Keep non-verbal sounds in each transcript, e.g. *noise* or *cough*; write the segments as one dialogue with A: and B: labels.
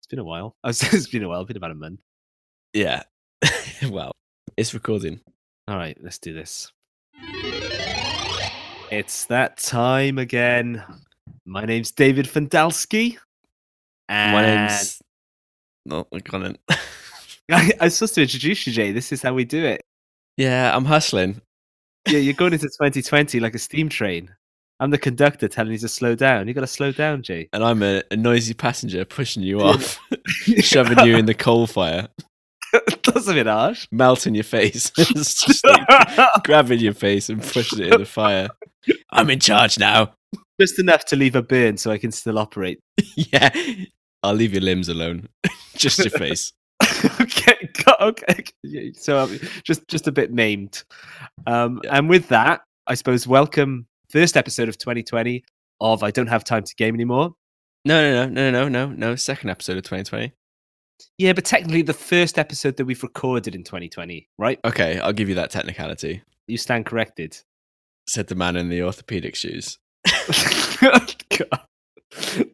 A: It's been a while. *laughs* I was- It's been a while. It's been about a month.
B: Yeah. *laughs* well, it's recording.
A: All right, let's do this. It's that time again. My name's David Fandalski. And
B: My name's. No, I can't.
A: *laughs* I, I was supposed to introduce you, Jay. This is how we do it.
B: *laughs* yeah, I'm hustling.
A: Yeah, you're going into 2020 like a steam train. I'm the conductor telling you to slow down. You got to slow down, Jay. *laughs*
B: And I'm a, a noisy passenger pushing you
A: Yeah.
B: off, shoving you in the coal fire,
A: That's a bit harsh.
B: melting your face, *laughs* It's
A: *laughs*
B: just like grabbing your face and pushing it in the fire. I'm in charge now. *laughs*
A: Just enough to leave a burn so I can still operate.
B: yeah. I'll leave your limbs alone, *laughs* just your face.
A: *laughs* okay, got- okay. Yeah, So um, just just a bit maimed. Um, And with that, I suppose welcome first episode of 2020 of I don't have time to game anymore.
B: No, no, no, no, no, no, no. Second episode of 2020.
A: Yeah, but technically the first episode that we've recorded in 2020, right?
B: Okay, I'll give you that technicality.
A: You stand corrected.
B: Said the man in the orthopedic shoes.
A: *laughs* God.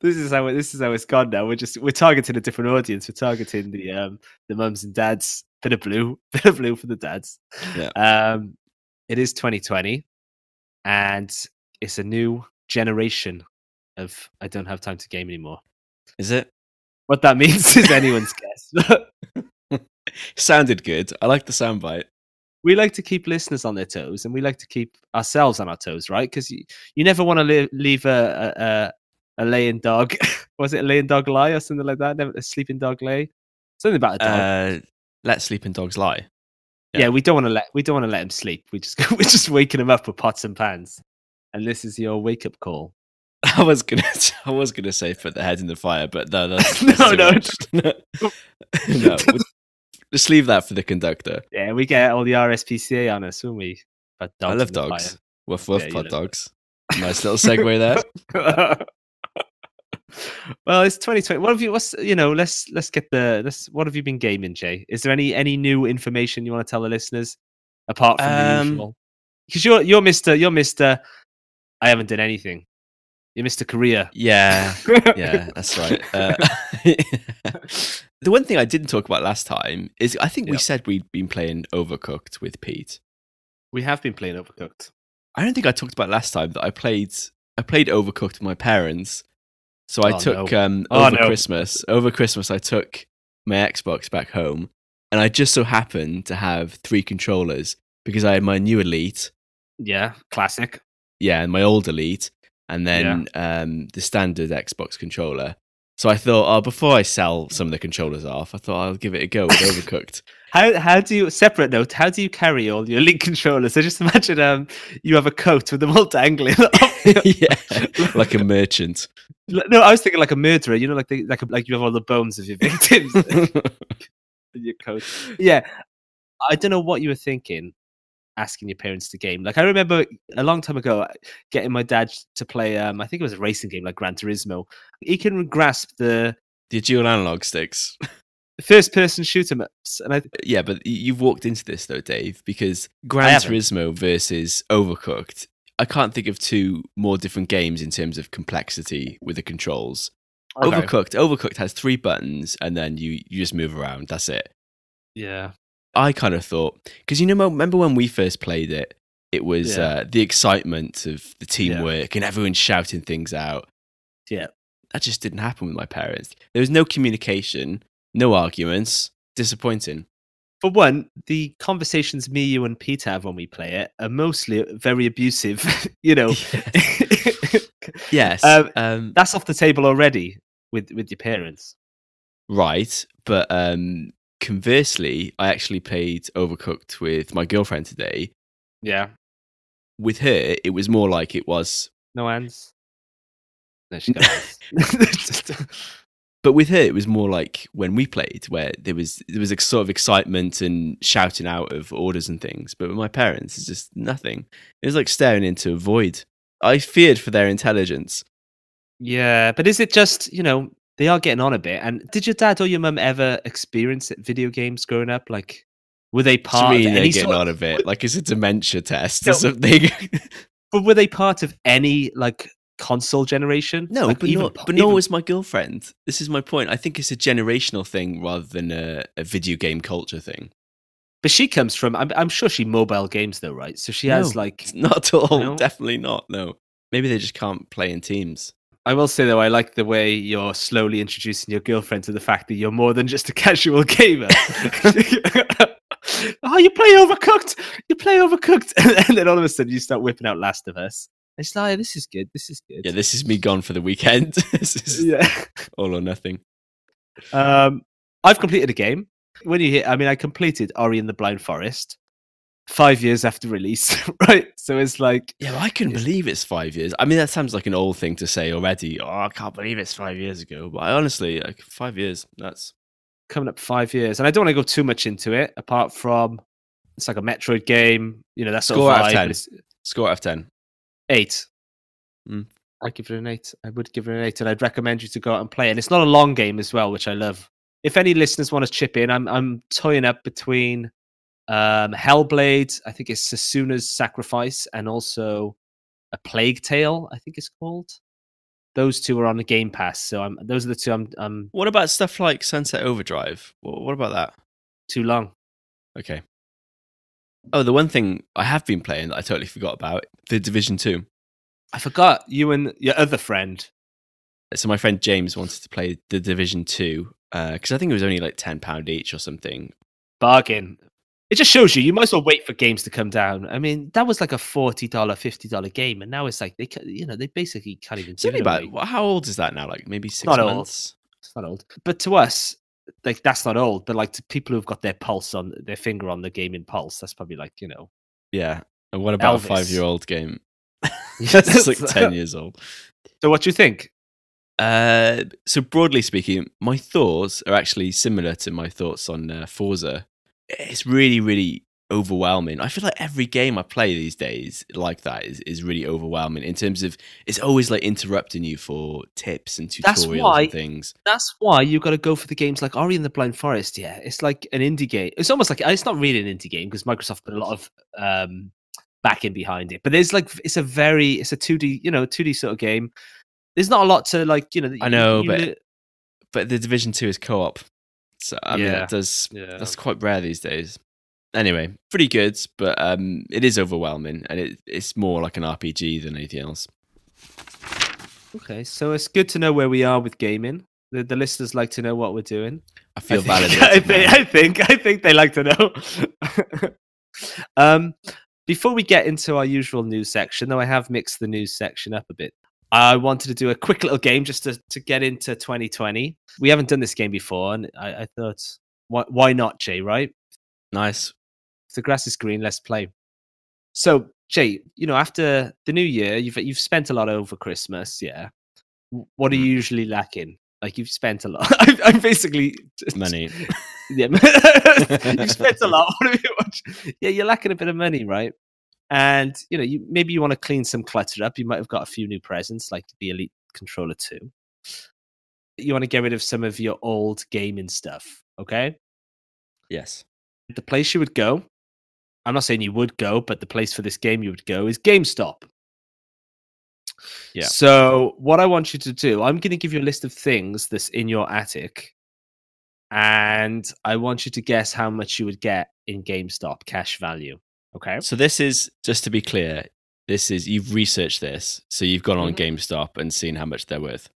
A: This is how it, this is how it's gone now. We're just we're targeting a different audience. We're targeting the um the mums and dads. Bit of blue, *laughs* bit of blue for the dads.
B: Yeah.
A: Um, it is 2020, and it's a new generation of I don't have time to game anymore.
B: Is it?
A: What that means is anyone's guess. *laughs*
B: Sounded good. I like the soundbite.
A: we like to keep listeners on their toes, and we like to keep ourselves on our toes, right? Because you, you never want to li- leave a a, a, a laying dog. *laughs* Was it a laying dog lie or something like that? Never, a sleeping dog lay. Something about a dog.
B: Uh, let sleeping dogs lie. *laughs*
A: yeah. we don't want to let we don't want to let him sleep. We just *laughs* we're just waking him up with pots and pans, and this is your wake up call.
B: I was gonna, I was gonna say put the head in the fire,
A: *laughs*
B: but no, that's,
A: No,
B: that's too much. *laughs* no. we- Just leave that for the conductor.
A: Yeah, we get all the RSPCA on us, won't we? But
B: I love
A: in the fire.
B: dogs. Woof woof,
A: Yeah, you
B: pod
A: love
B: dogs. Nice little segue
A: *laughs*
B: there.
A: well, it's 2020. What have you? What's you know? Let's let's get the. Let's. What have you been gaming, Jay? Is there any any new information you want to tell the listeners apart from the
B: Um,
A: usual? Because you're you're Mister. You're Mister. I haven't done anything. You're Mister Korea. *laughs*
B: Yeah, yeah, that's right. Uh, *laughs* the one thing I didn't talk about last time is I think we
A: Yeah.
B: said we'd been playing Overcooked with Pete.
A: we have been playing Overcooked.
B: I don't think I talked about last time that I played I played Overcooked with my parents. So I
A: Oh,
B: took
A: no.
B: um,
A: Oh,
B: over
A: no.
B: Christmas. Over Christmas, I took my Xbox back home, and I just so happened to have three controllers because I had my new Elite,
A: Yeah, classic.
B: yeah, and my old Elite, and then um, the standard Xbox controller. So I thought, oh, before I sell some of the controllers off, I thought I'll give it a go with Overcooked. *laughs*
A: How how do you separate note? How do you carry all your link controllers? I just imagine um you have a coat with them all *laughs* dangling. off
B: *laughs*
A: your-
B: yeah, like a merchant.
A: Like- no, I was thinking like a murderer. You know, like the, like a, like you have all the bones of your *laughs* victims in your coat. Yeah, I don't know what you were thinking asking your parents to game. Like I remember a long time ago uh, getting my dad to play. Um, I think it was a racing game like Gran Turismo. He can grasp the
B: the dual analog sticks.
A: first person shooter maps, and I
B: Yeah, but y- you've walked into this though, Dave, because
A: I
B: Gran
A: haven't.
B: Turismo versus Overcooked. I can't think of two more different games in terms of complexity with the controls. Overcooked, Overcooked has three buttons, and then you you just move around. That's it.
A: yeah.
B: I kind of thought because you know remember when we first played it, it was
A: Yeah.
B: uh, the excitement of the teamwork and everyone shouting things out.
A: Yeah.
B: that just didn't happen with my parents. There was no communication, no arguments.
A: *laughs*
B: Disappointing.
A: for one, the conversations me, you, and Pete have when we play it are mostly very abusive. *laughs* you know,
B: *laughs* Yes.
A: Um,
B: um,
A: that's off the table already with with your parents.
B: Right, but um, conversely, I actually played Overcooked with my girlfriend today.
A: Yeah,
B: With her, it was more like it was,
A: no hands. No, *laughs* she uh, got hands.
B: but with her, it was more like when we played, where there was there was a sort of excitement and shouting out of orders and things. But with my parents, it's just nothing. It was like staring into a void. I feared for their intelligence.
A: yeah, but is it just you know they are getting on a bit? And did your dad or your mum ever experience video games growing up? Like, were they part
B: Serene,
A: of
B: they're
A: any
B: getting
A: sort
B: on of it, like it's a dementia test
A: No.
B: or something.
A: But were they part of any like console generation.
B: *laughs* No,
A: Like,
B: but
A: even
B: not,
A: po-
B: but no
A: even-
B: is my girlfriend. This is my point. I think it's a generational thing rather than a, a video game culture thing.
A: but she comes from. I'm, I'm sure she mobile games though, right? So she has
B: No.
A: like.
B: It's not at all.
A: No.
B: Definitely not. No. Maybe they just can't play in teams.
A: I will say though, I like the way you're slowly introducing your girlfriend to the fact that you're more than just a *laughs* casual
B: *laughs*
A: gamer. oh, you play Overcooked. You play Overcooked, *laughs* and then all of a sudden you start whipping out Last of Us. It's like "Oh, this is good. This is good.
B: Yeah, this is me gone for the weekend. *laughs* this is
A: *laughs* yeah.
B: all or nothing.
A: Um, I've completed a game. When you hear, I mean, I completed Ori and the Blind Forest five years after release, *laughs* right? So it's like,
B: Yeah, well, I couldn't believe it's five years. I mean, that sounds like an old thing to say already. Oh, I can't believe it's five years ago. But I honestly, like, five years, that's.
A: coming up five years, and I don't want to go too much into it. Apart from, it's like a Metroid game, you know, that sort
B: Score
A: of
B: out of
A: vibe.
B: 10.
A: but it's
B: Score out of 10.
A: Eight.
B: Mm.
A: I give it an eight. I would give it an eight, and I'd recommend you to go out and play. And it's not a long game as well, which I love. If any listeners want to chip in, I'm I'm toying up between um, Hellblade, I think it's Sasuna's Sacrifice, and also a Plague Tale, I think it's called. Those two are on the Game Pass, so I'm those are the two. I'm I'm
B: What about stuff like Sunset Overdrive? What, what about that?
A: too long.
B: Okay. Oh, the one thing I have been playing that I totally forgot about the Division 2.
A: I forgot you and your other friend.
B: So, my friend James wanted to play the Division 2 because I think it was only like £10 each or something.
A: bargain. It just shows you you might as well wait for games to come down. I mean, that was like a forty dollar, fifty dollar game, and now it's like they, ca- you know, they basically can't even.
B: It's
A: do
B: only
A: it
B: about,
A: away.
B: wha- how old is that now? Like maybe six
A: Not old.
B: months?
A: It's not old, but to us, like that's not old. But like to people who've got their pulse on their finger on the game in pulse, that's probably like you
B: *laughs*
A: know.
B: Yeah. And what about
A: Elvis.
B: a five year
A: *laughs*
B: old game? That's like 10 years old.
A: So what do you think?
B: Uh, so broadly speaking, my thoughts are actually similar to my thoughts on uh, Forza. It's really, really overwhelming. I feel like every game I play these days like that is, is really overwhelming in terms of it's always like interrupting you for tips and tutorials
A: That's why-
B: and things.
A: That's why you got to go for the games like Ori and the Blind Forest. Yeah, it's like an indie game. It's almost like it's not really an indie game because Microsoft put a lot of um, back in behind it. But there's like it's a very it's a two D you know two D sort of game. There's not a lot to like you know. that
B: I
A: you-
B: know,
A: you
B: but
A: li-
B: But the Division 2 is co op. So, I mean,
A: Yeah.
B: that does
A: yeah.
B: That's quite rare these days. Anyway, pretty good, but um, it is overwhelming, and it, it's more like an RPG than anything else.
A: okay. So it's good to know where we are with gaming. The, the listeners like to know what we're doing.
B: I feel
A: I *laughs* think-
B: validated.
A: I think,
B: now.
A: I think I think they like to know. *laughs* um, before we get into our usual news section, though, I have mixed the news section up a bit. I wanted to do a quick little game just to, to get into 2020. We haven't done this game before, and I, I thought, why, why not, Jay? Right?
B: Nice.
A: If the grass is green, let's play. So, Jay, you know, after the new year, you've you've spent a lot over Christmas. Yeah. W- What
B: Mm.
A: are you usually lacking? Like you've spent a lot. *laughs* I'm, I'm basically just-
B: Money.
A: yeah, *laughs* you spent a lot. What have you watched? Yeah, you're lacking a bit of money, right? And you know, you maybe you want to clean some clutter up. You might have got a few new presents, like the Elite Controller Two. You want to get rid of some of your old gaming stuff. Okay,
B: Yes.
A: the place you would go. I'm not saying you would go, but the place for this game you would go is GameStop.
B: Yeah.
A: So what I want you to do, I'm going to give you a list of things that's in your attic, and I want you to guess how much you would get in GameStop cash value. Okay.
B: So this is just to be clear. This is you've researched this, so you've gone on
A: Mm-hmm.
B: GameStop and seen how much they're worth.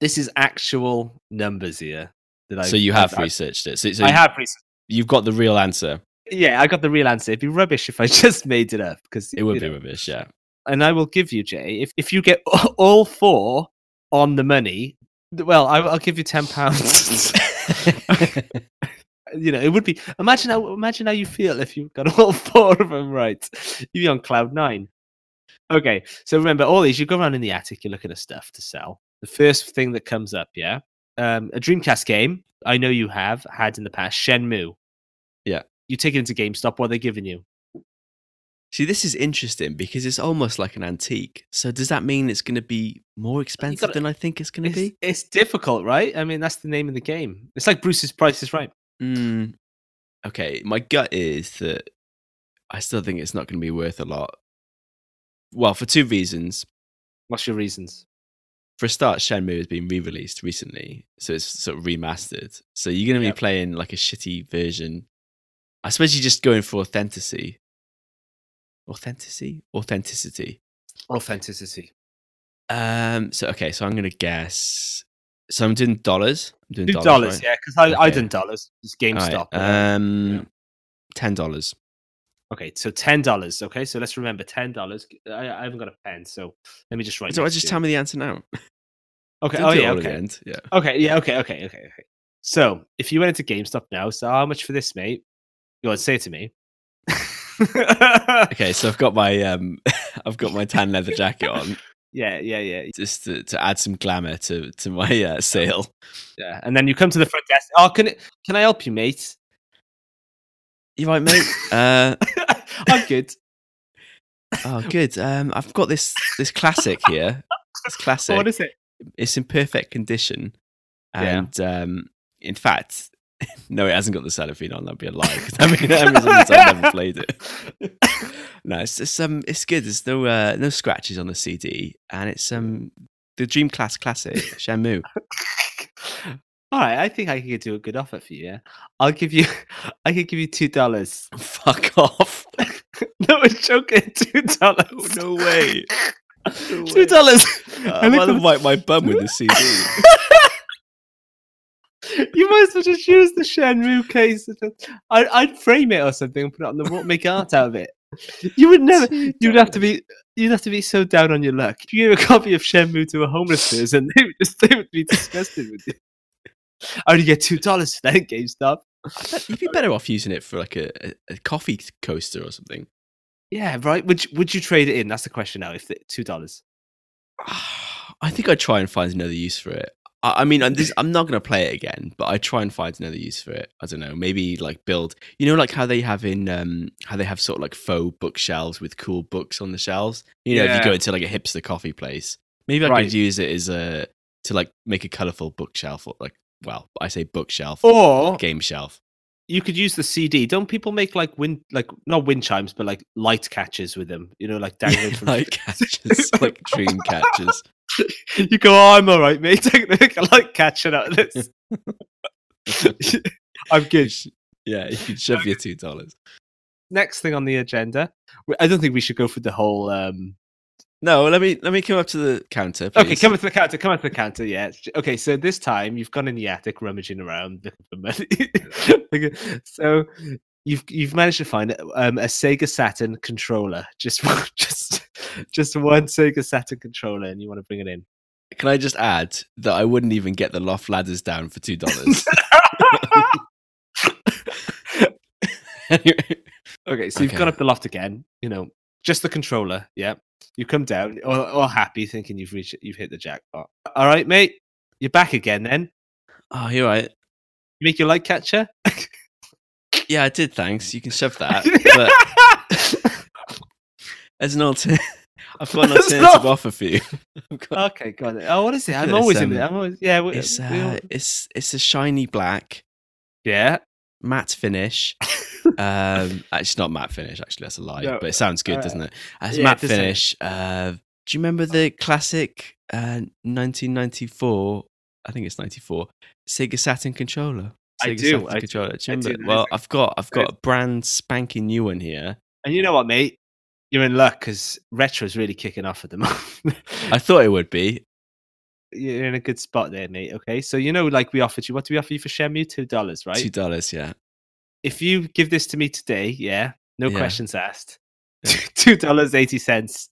A: This is actual numbers here. That
B: so you have
A: I,
B: researched it. So, so
A: I have research.
B: you've got the real
A: *laughs*
B: answer.
A: Yeah, I got the real answer. It'd be rubbish if I *laughs* just made it up because
B: It would be
A: *laughs*
B: rubbish. Yeah. *laughs*
A: and I will give you Jay if if you get *laughs* all four on the money. th- Well, I, I'll give you ten pounds. *laughs* you know, it would be imagine how imagine how you feel if you got *laughs* all four of them right. You'd be on cloud nine. Okay, so remember all these. You go around in the attic. You're looking at stuff to sell. The first thing that comes up, yeah, um, a Dreamcast game. I know you have had in the past Shenmue.
B: Yeah.
A: you take it into GameStop. What are they giving you?
B: See, this is interesting because it's almost like an antique. So does that mean it's going to be more expensive
A: gotta-
B: than I think it's going to
A: It's,
B: be?
A: it's difficult, right? I mean, that's the name of the game. It's like Bruce's Price is Right.
B: Mm. Okay, my gut is that I still think it's not going to be worth a lot. Well, for two reasons.
A: What's your reasons?
B: for a start, Shenmue has been re-released recently, so it's sort of remastered. So you're going to
A: Yep.
B: be playing like a shitty version. I suppose you're just going for authenticity. Authenticity, authenticity.
A: Authenticity.
B: Um. So okay. So I'm going to guess. So I'm doing dollars. I'm doing
A: Two
B: dollars.
A: dollars,
B: right?
A: yeah, because I, I
B: Okay.
A: done dollars. It's
B: All right,
A: GameStop.
B: Um. Ten dollars.
A: okay, so ten dollars. Okay, so let's remember ten dollars. I, I haven't got a pen, so let me just write.
B: So I
A: next
B: just
A: to it.
B: tell me the answer now.
A: Okay.
B: Don't
A: Oh
B: do it
A: yeah.
B: all at the
A: Okay.
B: end, Yeah.
A: Okay. Yeah. Okay. Okay. Okay. Okay. So if you went into GameStop now, so how much for this, mate? You want to say it to me?
B: *laughs* Okay. So I've got my um. *laughs* I've got my tan leather jacket on
A: yeah. Yeah. Yeah.
B: just to, to add some glamour to to my uh, sale.
A: Yeah. And then you come to the front desk. Oh, can it, can I help you, mate? *laughs*
B: You right, mate? uh,
A: I'm good.
B: oh, good. Um, I've got this this classic here. This classic.
A: What is it?
B: It's in perfect condition,
A: Yeah.
B: and um, in fact, *laughs* no, it hasn't got the cellophane on. That'd be a lie. 'cause I mean, that means I've never played it.
A: *laughs*
B: No, it's it's um, it's good. There's no uh, no scratches on the CD, and it's um, the Dream Class
A: *laughs*
B: classic, Shamu.
A: All right, I think I could do a good offer for you. Yeah, I'll give you, *laughs* I could give you two dollars. *laughs*
B: Fuck off!
A: No, I'm joking. *laughs* Two dollars.
B: Oh, *laughs* no way. No
A: *laughs* two
B: way.
A: dollars.
B: I'd rather wipe my bum with
A: *laughs*
B: the CD.
A: you might as well just use the Shenmue case. *laughs* and just- I, I'd frame it or something and put it on the wall, make art out of it. You would
B: *laughs*
A: never. You'd have to be. You'd have to be so down on your luck. If you gave a copy of Shenmue to a homeless person, *laughs* they would just they would be disgusted with you. *laughs* I only get two dollars for that *laughs* at GameStop.
B: You'd be better off using it for like a, a, a coffee coaster or something. *sighs*
A: Yeah, right. Would you, would you trade it in? That's the question now. If the, two dollars.
B: I think I'd try and find another use for it. I, I mean, I'm, this, I'm not going to play it again, but I'd try and find another use for it. I don't know, maybe like build, you know, like how they have in, um, how they have sort of like faux bookshelves with cool books on the shelves. You know, if
A: Yeah.
B: you go into like a hipster coffee place, maybe I
A: Right.
B: could use it as a, to like make a colorful bookshelf or like, well, I say bookshelf,
A: Or
B: game shelf.
A: you could use the CD. Don't people make like wind, like not wind chimes, but like light catches with them? You know, *laughs* like dangling
B: *laughs*
A: from *laughs*
B: like catches, like dream catches.
A: you go, oh, I'm all right, mate. *laughs* I like catching out of *laughs* this. I'm
B: You
A: good.
B: sh- yeah, you could shove your two dollars.
A: Next thing on the agenda, we- I don't think we should go for the whole. Um...
B: No, let me let me come up to the counter.
A: Okay,
B: please.
A: come up to the counter. Come up to the counter. Yeah. Okay, so this time you've gone in the attic, rummaging around looking for money. *laughs* Okay, so you've you've managed to find um, a Sega Saturn controller. Just *laughs* one- just just one Sega Saturn controller, and you want to bring it in.
B: Can I just add that I wouldn't even get the loft ladders down for
A: *laughs*
B: two dollars? *laughs*
A: Okay, so you've gone
B: Okay.
A: up the loft again. You know, just the controller. Yeah, you come down, all, all happy, thinking you've reached, you've hit the jackpot. All right, mate, you're back again. Then
B: oh, you're right.
A: you make your light catcher. Uh,
B: Yeah, I did. Thanks. You can
A: *laughs*
B: shove *laughs* that. But as
A: *laughs*
B: an alter, I've got an
A: It's
B: alternative
A: not-
B: offer for you. *laughs* I've got-
A: okay, got it. Oh, what is it? I'm
B: It's,
A: always in
B: um,
A: it. I'm always yeah. We,
B: it's
A: we all-
B: uh, it's it's a shiny black
A: yeah.
B: matte
A: *laughs*
B: finish. um, it's not matte finish. Actually, that's a lie.
A: No,
B: but it sounds good,
A: uh,
B: doesn't it? As
A: yeah,
B: matte
A: it does sound-
B: finish. Uh, do you remember the classic uh, 1994? I think it's 94. Sega Saturn controller.
A: I
B: Sega
A: do,
B: Saturn
A: I do,
B: controller. Do you
A: I do,
B: remember?
A: there is
B: well,
A: a-
B: I've got I've
A: there
B: got a brand spanking new one here.
A: And you know what, mate? You're in luck because retro's really kicking off at the *laughs* moment.
B: I thought it would be.
A: You're in a good spot there, mate. Okay, so you know, like we offered you. What do we offer you for Shenmue? Two dollars, right?
B: Two dollars, yeah.
A: if you give this to me today, yeah, no
B: Yeah.
A: questions asked. *laughs* Two dollars eighty cents.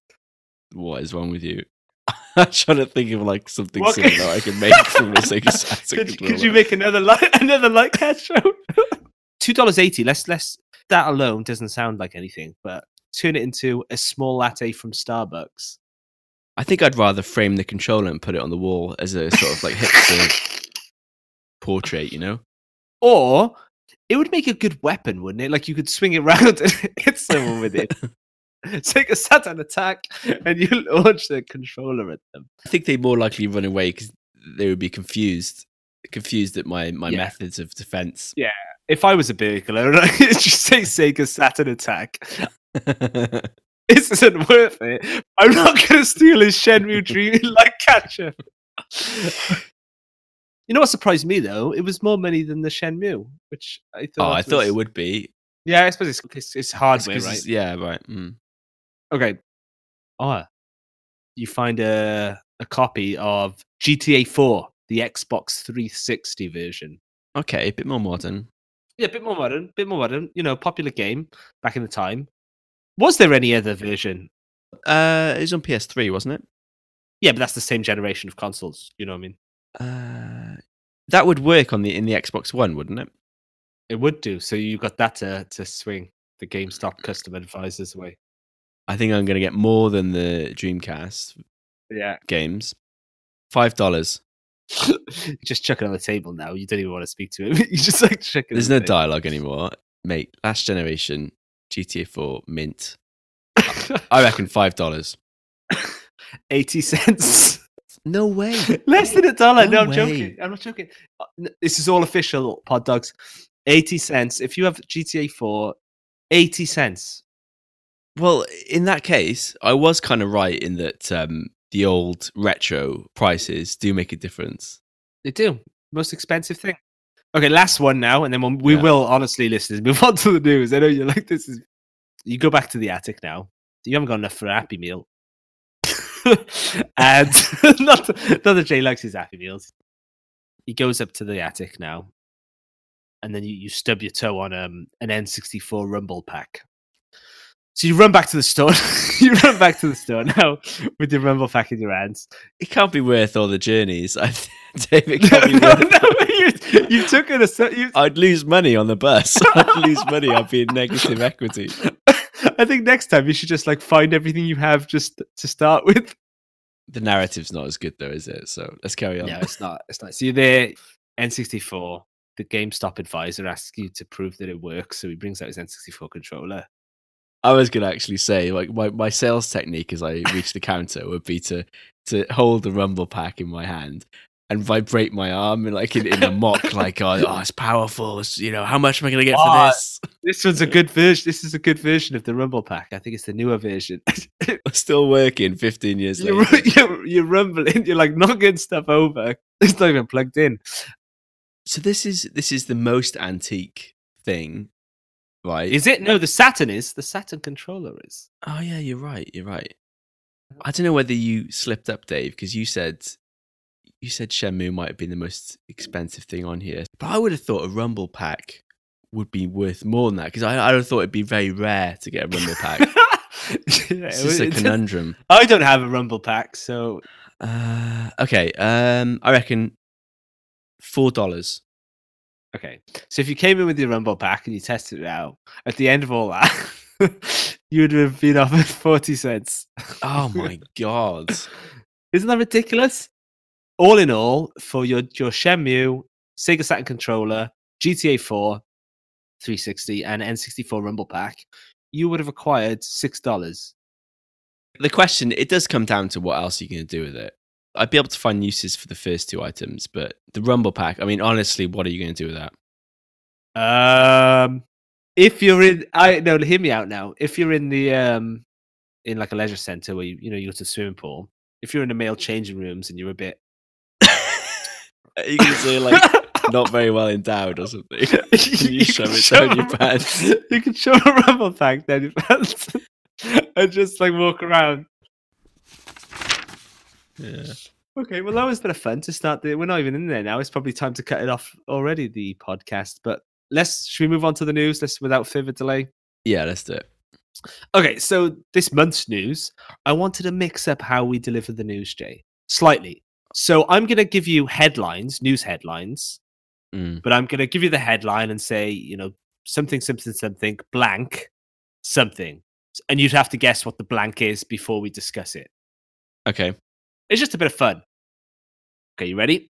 B: What is wrong with you? *laughs* I'm trying to think of like something
A: What-
B: similar I can make from a Sega
A: *laughs*
B: Saturn
A: Could,
B: controller.
A: could you make another light *laughs* another light catch round? *laughs* Two dollars eighty. Let's let's that alone doesn't sound like anything, but turn it into a small latte from Starbucks.
B: I think I'd rather frame the controller and put it on the wall as a sort of like hipster portrait, you know?
A: Or it would make a good weapon, wouldn't it? Like you could swing it *laughs* round and hit someone with
B: *laughs*
A: it. Take a Saturn attack and you *laughs* launch the controller at them.
B: I think they'd more likely run away because they would be confused, confused at my, my
A: Yeah.
B: methods of defense.
A: *laughs* If I was a burglar, I'd just say Sega Saturn attack. *laughs* this isn't worth it. I'm not going to steal his Shenmue Dream *laughs* like catcher. You know what surprised me though? It was more money than the Shenmue, which I
B: Oh,
A: thought.
B: I thought
A: was-
B: it would be.
A: Yeah, I suppose it's it's, it's hardware,
B: It's 'cause
A: right?
B: it's- Yeah, right. Mm.
A: Okay. Ah, you find a a copy of GTA 4, the Xbox 360 version.
B: Okay, a bit more modern.
A: Yeah, a bit more modern, bit more modern. You know, popular game back in the time. Was there any other version?
B: Uh, it was on PS3, wasn't it?
A: Yeah, but that's the same generation of consoles. You know what I mean?
B: Uh, that would work on the in the Xbox One, wouldn't it?
A: It would do. So you got that to to swing the GameStop customer advisors away.
B: I think I'm going to get more than the Dreamcast
A: Yeah,
B: games. Five dollars.
A: *laughs* just chuck it on the table now. You don't even want to speak to him. *laughs* you just like chuck it.
B: There's
A: on
B: no
A: the
B: dialogue anymore, mate. Last generation GTA 4 mint.
A: table.
B: I reckon five dollars.
A: *laughs* Eighty cents. *laughs*
B: No way.
A: Less than a dollar. No,
B: No
A: I'm joking.
B: way.
A: I'm not joking. Uh, n- This is all official, Pod Dogs. 80 cents. If you have GTA 4, 80 cents.
B: *laughs* Well, in that case, I was kind of right in that um, the old retro prices do make a difference.
A: They do. Most expensive thing. Okay, last one now, and then we'll, we
B: Yeah.
A: will honestly, listeners, *laughs* move on to the news. I know you're like, this is. You go back to the attic now. You haven't got enough for a Happy Meal. *laughs* and *laughs* not, not that Jay likes his Happy Meals. He goes up to the attic now, and then you, you stub your toe on um, an N64 Rumble pack. So you run back to the store. *laughs* you run back to the store *laughs* now with your Rumble pack in your hands.
B: It can't be worth all the journeys. *laughs* I David it
A: No,
B: can't
A: *laughs*
B: *laughs* be
A: no, no,
B: worth.
A: you, *laughs* you took it a cer- you,
B: I'd lose money on the bus. *laughs* I'd lose money. I'd be in negative equity.
A: *laughs* I think next time you should just like find everything you have just to start with.
B: The narrative's not as good though, is it? So let's carry on.
A: it's not. It's not. So you're there, N64. The GameStop advisor asks you to prove that it works, so he brings out his N64 controller.
B: I was gonna actually say, like my, my sales technique as I reach the counter would be to to hold the rumble pack in my hand and vibrate my arm and like in, in
A: *laughs*
B: a mock, like oh, oh, it's powerful. It's, you know, how much am I gonna get for
A: Ah.
B: this? *laughs*
A: This one's a good version. This is a good version of the Rumble Pack. I think it's the newer version. *laughs*
B: Still working fifteen years
A: you're,
B: later.
A: *laughs* you're, you're rumbling. You're like knocking stuff over. *laughs* It's not even plugged in.
B: So this is this is the most antique thing, right?
A: Is it? No, the Saturn is. The Saturn controller *laughs* is.
B: Oh yeah, you're right. You're right. I don't know whether you slipped up, Dave, because you said you said Shenmue might have been the most expensive thing on here, but I would have thought a Rumble pack would be worth more than that because I, I would have thought it'd be very rare to get a Rumble pack.
A: Yeah,
B: it's just a
A: it's-
B: conundrum.
A: I don't have a Rumble Pack, so
B: Uh, okay, um, I reckon four dollars.
A: Okay. So if you came in with your Rumble pack and you tested it out, at the end of all that, *laughs* you would have been offered *laughs* 40 cents.
B: Oh my god!
A: Isn't that ridiculous? All in all, for your, your Shenmue, Sega Saturn controller, GTA 4, 360, and N64 Rumble pack, you would have acquired $6.
B: The question it does come down to what else you're going to do with it. I'd be able to find uses for the first two items, but the Rumble pack. I mean, honestly, what are you going to do with that?
A: Um, if you're in, I no, hear me out now. If you're in the um, in like a leisure center where you you know you go to the swimming pool, if you're in the male changing rooms and you're a bit
B: Are Uh, you going to say *laughs* like not very well endowed or *laughs* something?
A: *laughs*
B: you shove
A: can
B: it down *laughs*
A: *laughs*
B: your
A: a-
B: pants?
A: You can shove a rumble pack down your pants *laughs* and just like walk around.
B: Yeah.
A: Okay, well that was a bit of fun to start. The, we're not even in there now. It's probably time to cut it off already. The podcast, but let's should we move on to the news? Let's without further delay.
B: yeah, that's it.
A: Okay, so this month's news, I wanted to mix up how we deliver the news, Jay, slightly. So I'm going to give you headlines, news headlines,
B: Mm.
A: but I'm going to give you the headline and say, you know, something, something, something, blank, something. And you'd have to guess what the blank is before we discuss it.
B: Okay.
A: It's just a bit of fun. Okay, you ready?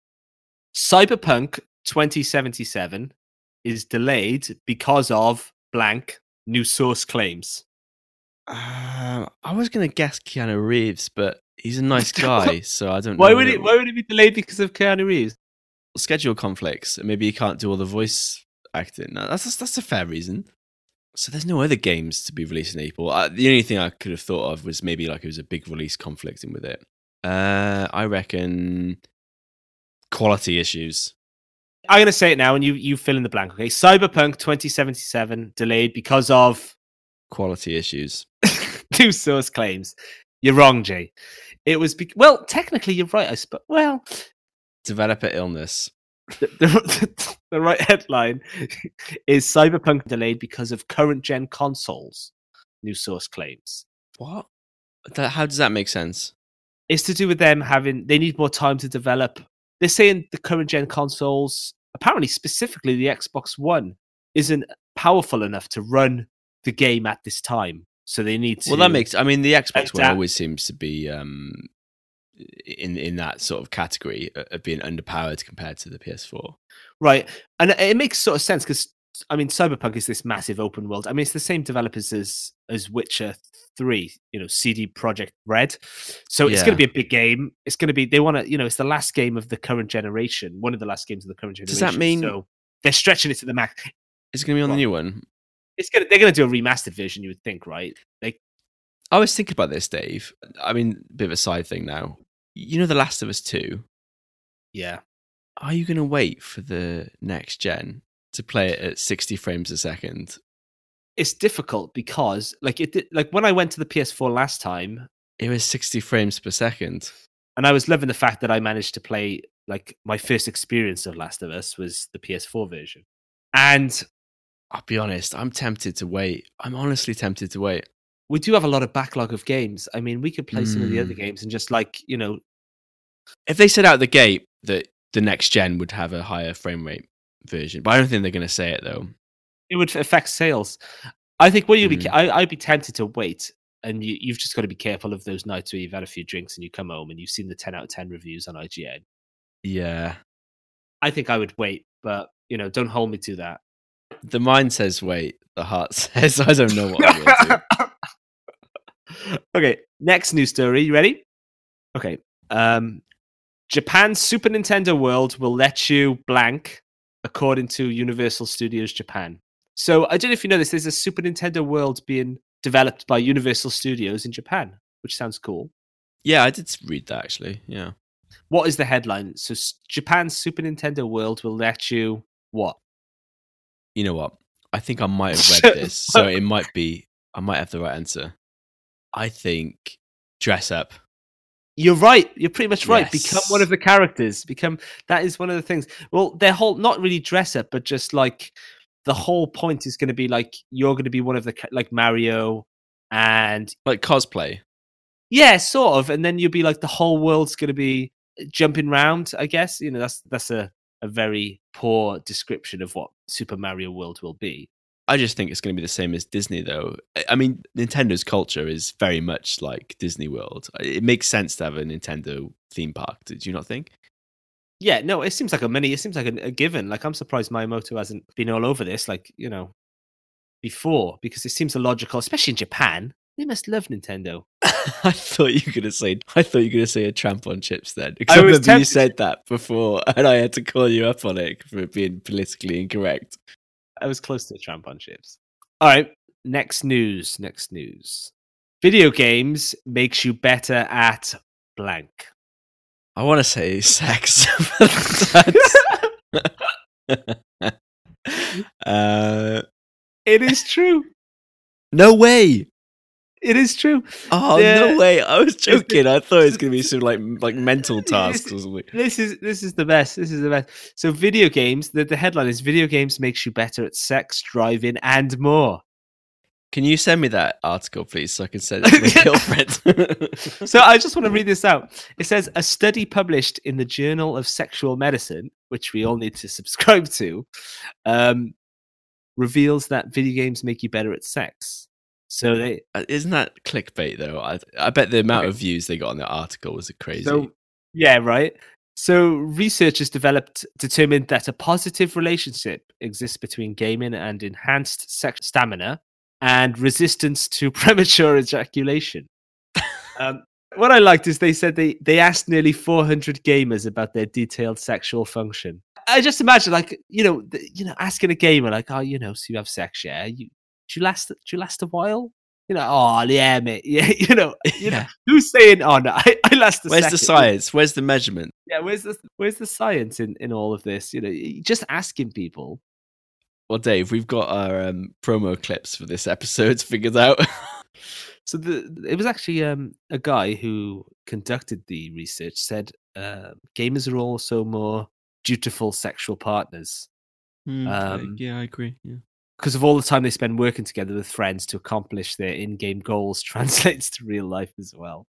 A: Cyberpunk 2077 is delayed because of blank new source claims.
B: Um, I was going to guess Keanu Reeves, but he's a *laughs* nice guy, so I don't
A: Why
B: know.
A: would it? Why would it be delayed because of Keanu Reeves?
B: Schedule conflicts. and Maybe he can't do all the voice acting. No, that's, that's, that's a fair reason. So there's no other games to be released in April. I, the only thing I could have thought of was maybe like it was a big release conflict in with it. Uh, I reckon quality issues.
A: I'm going to say it now, and you you fill in the blank. Okay, Cyberpunk 2077 delayed because of *laughs*
B: Quality issues.
A: two source claims. You're wrong, Jay. It was be- well, technically you're right. I suppose. Well,
B: Developer illness.
A: the, the, *laughs* the right headline is Cyberpunk delayed because of current gen consoles. New source claims.
B: What? That, how does that make sense?
A: It's to do with them having they need more time to develop. They're saying the current gen consoles, apparently specifically the Xbox One, isn't powerful enough to run the game at this time. So they need to.
B: Well, that makes. I mean, the Xbox one
A: Adapt.
B: always seems to be um, in in that sort of category uh, of being underpowered compared to the PS4.
A: Right. And it makes sort of sense because I mean Cyberpunk is this massive open world. I mean it's the same developers as as Witcher 3, you know, CD Project Red. So it's going to be a big game. It's going to be they want to, you know, it's the last game of the current generation, one of the last games of the current generation.
B: Does that mean-
A: so they're stretching it to the max?
B: Is it going to be on
A: Well-
B: the new one?
A: It's going to they're going to do a remastered version you would think, right? Like
B: I was thinking about this, Dave. I mean, bit of a side thing now. You know, The Last of Us Two.
A: yeah.
B: Are you going to wait for the next gen to play it at sixty frames a second?
A: It's difficult because like it did, like when I went to the PS4 last time
B: It was sixty frames per second.
A: and I was loving the fact that I managed to play like my first experience of Last of Us was the PS4 version, and
B: I'll be honest. I'm tempted to wait. I'm honestly tempted to wait.
A: we do have a lot of backlog of games. I mean, we could play some of the other
B: Mm.
A: games and just like you know,
B: if they said out the gate that the next gen would have a higher frame rate version, but I don't think they're going to say it though.
A: it would affect sales. I think what you would be,
B: Mhm.
A: I, I'd be tempted to wait, and you, you've just got to be careful of those nights where you've had a few drinks and you come home and you've seen the ten out of ten reviews on IGN.
B: Yeah,
A: I think I would wait, but you know, don't hold me to that. *laughs*
B: the mind says wait, the heart *laughs* says I don't know what. I'm gonna
A: *laughs*
B: do.
A: okay, next news story. You ready? Okay. Um, Japan's Super Nintendo World will let you blank, according to Universal Studios Japan. So I don't know if you know this. There's a Super Nintendo World being developed by Universal Studios in Japan, which sounds cool.
B: Yeah, I did read that actually. Yeah,
A: What is the headline? So s- Japan's Super Nintendo World will let you what?
B: you know what? I think I might have read
A: *laughs*
B: this, so it might be. I might have the right answer. I think dress up.
A: You're right. You're pretty much right. Become one
B: Yes.
A: of the characters. Become that is one of the things. Well, their whole not really dress up, but just like the whole point is going to be like you're going to be one of the ca- like Mario, and
B: Like cosplay.
A: yeah, sort of. And then you'll be like the whole world's going to be uh, jumping round. I guess you know that's that's a a very poor description of what Super Mario World will be.
B: I just think it's going to be the same as Disney, though. I- I mean, Nintendo's culture is very much like Disney World. It makes sense to have a Nintendo theme park. Do you not think? *laughs*
A: Yeah, no, it seems like a mini. It seems like a, a given. Like I'm surprised Miyamoto hasn't been all over this. Like you know, before because it seems illogical, especially in Japan. They must love Nintendo.
B: I thought you were going to say. I thought you were going to say a tramp on chips then. Because I,
A: was
B: remember you
A: tempted.
B: said that before, and I had to call you up on it for it being politically incorrect.
A: I was close to tramp on chips. All right, next news. Next news. Video games makes you better at blank.
B: I want to say sex. *laughs* That's- uh,
A: *laughs* It is true.
B: no way.
A: It is true.
B: Oh
A: Yeah.
B: no way! I was joking. I thought it was gonna be some like like *laughs* mental tasks or something.
A: This is this is the best. This is the best. So video games. The, the headline is video games makes you better at sex, driving, and more.
B: Can you send me that article, please, so I can send *laughs* it to my girlfriend? *laughs*
A: so I just want to read this out. It says a study published in the Journal of Sexual Medicine, which we all need to subscribe to, um, reveals that video games make you better at sex. So they
B: Uh, Isn't that clickbait though? I, I bet the amount of views they got on that article was crazy. *laughs*
A: So, yeah, right. So researchers developed determined that a positive relationship exists between gaming and enhanced sex stamina and resistance to *laughs* premature ejaculation. um, what I liked is they said they, they asked nearly 400 gamers about their detailed sexual function. I just imagine, like, you know, the, you know, asking a gamer, like, oh, you know, so you have sex, yeah? You, do you last? Do you last a while? You know, oh yeah, mate. *laughs* Yeah, you know, you know
B: Yeah.
A: who's saying, oh no, I, I last. A
B: Where's
A: second.
B: the science? Where's the measurement?
A: Yeah, where's the where's the science in in all of this? You know, y- just asking people.
B: Well, Dave, we've got our um, promo clips for this episode *laughs* figured out.
A: So the it was actually um, a guy who conducted the research said uh, gamers are also more dutiful sexual partners Um,
B: yeah, Hmm, I agree. Yeah.
A: because of all the time they spend working together with friends to accomplish their in-game goals *laughs* translates to real life as well.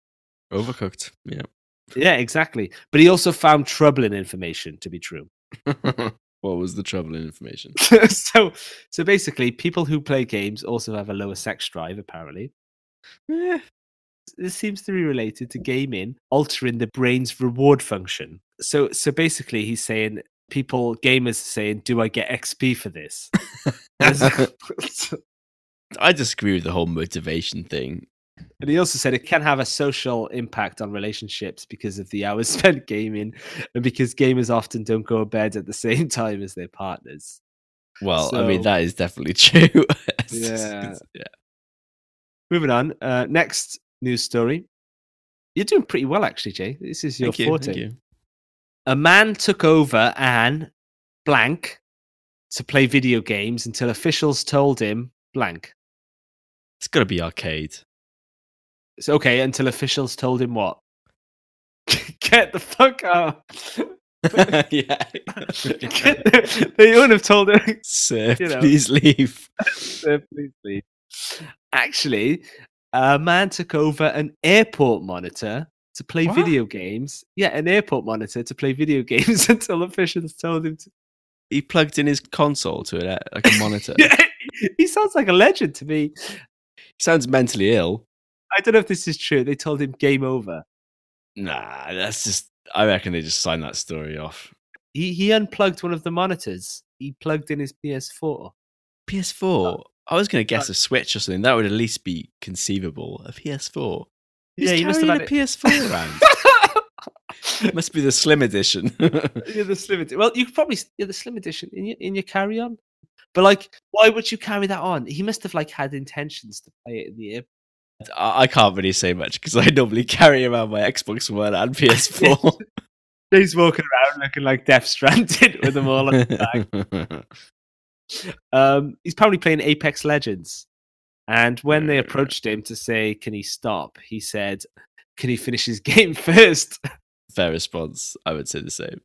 B: Overcooked. Yeah. *laughs*
A: Yeah, exactly. But he also found troubling information to be true.
B: what was the troubling information?
A: *laughs* so so basically people who play games also have a lower sex drive apparently.
B: Eh,
A: this seems to be related to gaming altering the brain's reward function. So so basically he's saying people gamers are saying, Do I get XP for this? *laughs*
B: *laughs*
A: and
B: I disagree with the whole motivation thing.
A: he also said it can have a social impact on relationships because of the hours *laughs* spent gaming and because gamers often don't go to bed at the same *laughs* time as their partners.
B: Well, I mean
A: So-
B: that is definitely *laughs* true. It's just-
A: Yeah.
B: yeah.
A: Moving on, uh, next news story. You're doing pretty well actually, Jay. This is your
B: Thank you,
A: forte.
B: thank you.
A: a man took over an blank to play video games until officials told him blank.
B: It's got to be
A: *laughs*
B: arcade. *laughs*
A: It's okay until officials told him what? *laughs* Get the fuck out. *laughs*
B: yeah.
A: they wouldn't have told him.
B: Sir,
A: You know.
B: please leave.
A: *laughs* Sir, please leave. Actually, a man took over an airport monitor to play
B: What?
A: video games. Yeah, an airport monitor to play video *laughs* games until officials told him to *laughs*
B: He plugged in his console to it, uh, like a monitor.
A: *laughs* Yeah, he sounds like a legend to me.
B: Sounds mentally ill.
A: I don't know if this is true. They told him game over.
B: Nah, that's just. I reckon they just signed that story off.
A: He he unplugged one of the monitors. He plugged in his *laughs* PS4.
B: PS4.
A: Uh,
B: I was going to guess a Switch or something. That would at least be conceivable. A PS4. He's carrying a PS4 around.
A: it.
B: *laughs* Must be the slim edition.
A: *laughs* yeah, the slim edition. Well, you could probably s- yeah the slim edition in your in your carry on. But like, why would you carry that on? He must have like had intentions to play it in the air.
B: I I can't really say much because I normally carry around my Xbox One and PS4. *laughs*
A: He's walking around looking like Death Stranded with them
B: *laughs*
A: all. on. um, he's probably playing Apex Legends. And when they
B: Yeah.
A: approached him to say, "Can he stop?" he said, "Can he finish his *laughs* game first?
B: *laughs* Fair response. I would say the same.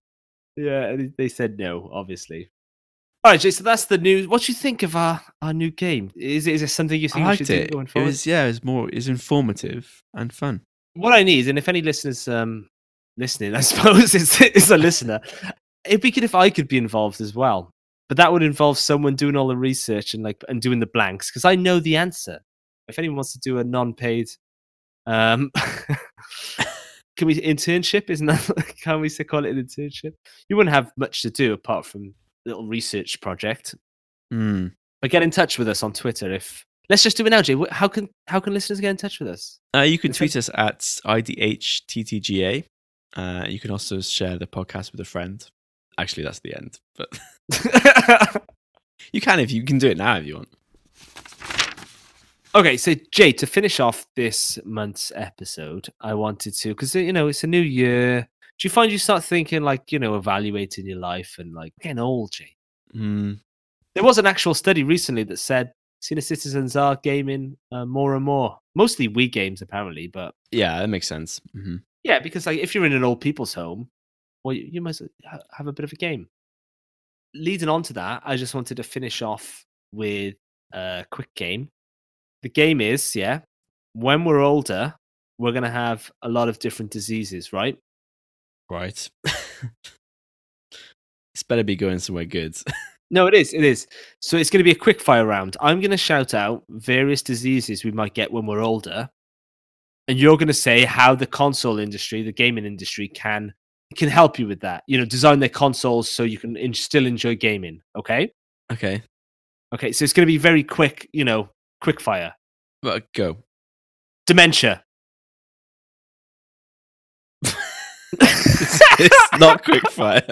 A: Yeah, and they said no, obviously. All right, Jay. So that's the news. What do you think of our, our new game? Is it- is it something you think we should do going forward?
B: yeah, it was more, it was informative and fun.
A: What I need, and if any listeners um listening, *laughs* I suppose is is a listener. It'd be good if I could be involved as well, but that would involve someone doing all the research and like and doing the blanks because I know the answer. If anyone wants to do a non-paid, um, *laughs* can we internship? Isn't that *laughs* can we say- call it an internship? You wouldn't have much to do apart from little research project. But get in touch with us on Twitter if let's just do it now, Jay. Wh- How can how can listeners get in touch with us? *laughs*
B: Uh, you can
A: It's
B: tweet us at IDHTTGA. Uh, you can also share the podcast with a friend. Actually, that's the end. But *laughs* you can if you can do it now if you want.
A: Okay, so Jay, to finish off this month's episode, I wanted to because you know it's a new year. Do you find you start thinking like you know evaluating your life and like getting old, Jay?
B: Mm.
A: There was an actual study recently that said senior citizens are gaming uh, more and more, mostly Wii games apparently. But
B: Yeah, that makes sense. hmm
A: yeah, because like if you're in an old people's home, well, you, you must ha- have a bit of a game. Leading on to that, I just wanted to finish off with a quick game. The game is, yeah, when we're older, we're going to have a lot of different diseases, right?
B: *laughs* Right. this better be going somewhere good.
A: No, it is. It is. So it's going to be a quick fire round. I'm going to shout out various diseases we might get when we're older, and you're going to say how the console industry, the gaming industry, can can help you with that. You know, design their consoles so you can en- still enjoy gaming. Okay.
B: okay.
A: Okay. So it's going to be very quick. You know, quick fire.
B: Well, go.
A: Dementia. *laughs*
B: *laughs* it's not quick fire.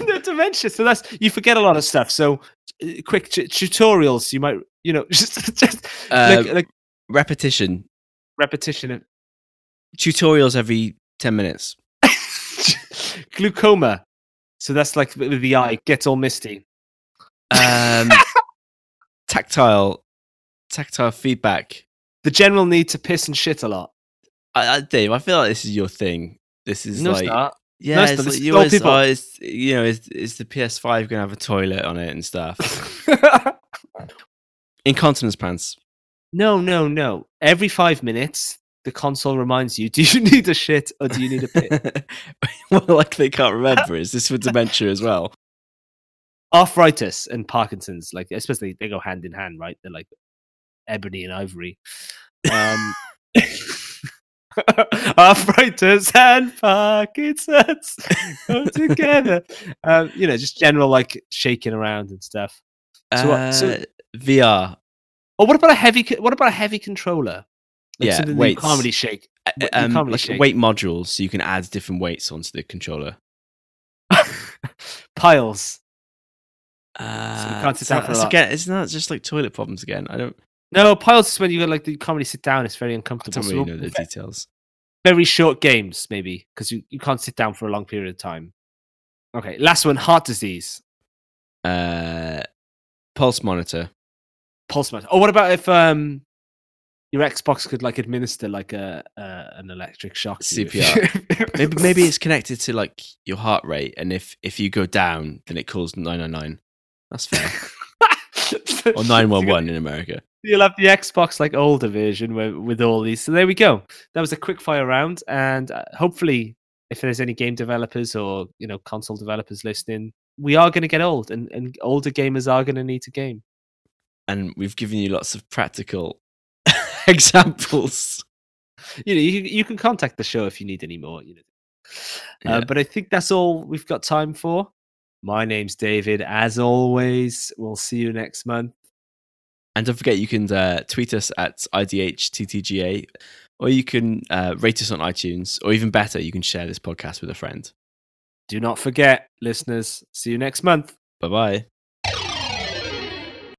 A: no, dementia. So that's you forget a lot of stuff. So uh, quick t- tutorials. You might You know, *laughs* just, just
B: Uh,
A: like, like
B: repetition.
A: repetition of
B: Tutorials every 10 minutes.
A: *laughs* glaucoma. So that's like with the eye gets all misty. *laughs*
B: Um, tactile, tactile feedback.
A: The general need to piss and shit a lot.
B: I, I, Dave, I feel like this is your thing. This is
A: no,
B: like,
A: it's not.
B: yeah,
A: No, it's
B: it's
A: not.
B: like
A: This is
B: you
A: all
B: always,
A: people.
B: oh, it's, you know, is, is the PS5 gonna have a toilet on it
A: *laughs*
B: and stuff?
A: *laughs*
B: Incontinence pants.
A: no, no, no. Every five minutes, the console reminds you: Do you *laughs* need a shit or do you need a piss?
B: well, like they can't remember. Is this for dementia as well?
A: Arthritis and Parkinson's, like I suppose they, they go hand in hand, right? They're like ebony and ivory. Um, *laughs* arthritis and Parkinson's go together. Um, you know, just general like shaking around and stuff. So what- so-
B: Uh, VR.
A: Or what about a heavy? co- What about a heavy controller? Like
B: Yeah,
A: something that you
B: weights.
A: can't really shake. *laughs*
B: Uh,
A: you
B: Um,
A: can't really
B: like
A: shake.
B: weight modules, so you can add different weights onto the controller.
A: Piles.
B: Uh,
A: can't sit down
B: that-
A: for a
B: that's
A: lot.
B: again, isn't that just like toilet problems again? I don't,
A: No, piles is when you go like you can't really sit down. It's very
B: I
A: uncomfortable.
B: don't
A: So
B: really know the
A: ve-
B: details.
A: very short games, maybe, because you, you can't sit down for a long period of time. Okay, last one: heart disease,
B: Uh, pulse monitor.
A: pulse monitor. Oh, what about if um your Xbox could like administer like a uh, an electric shock? to you if *laughs* you-
B: Maybe maybe it's connected to like your heart rate, and if if you go down, then it calls nine nine nine.
A: *laughs*
B: That's fair. or nine one one in America.
A: You'll have the Xbox like older version with, with all these. So there we go. That was a quick fire round, and uh, hopefully, if there's any game developers or you know console developers listening, we are going to get old, and, and older gamers are going to need a game.
B: And we've given you lots of practical *laughs* examples.
A: You know, you, you can contact the show if you need any more. You know,
B: Yeah.
A: uh, but I think that's all we've got time for. My name's David. As always, we'll see you next month.
B: And don't forget, you can uh, tweet us at idhttga, or you can uh, rate us on iTunes, or even better, you can share this podcast with a friend.
A: Do not forget, listeners. See you next month.
B: Bye bye.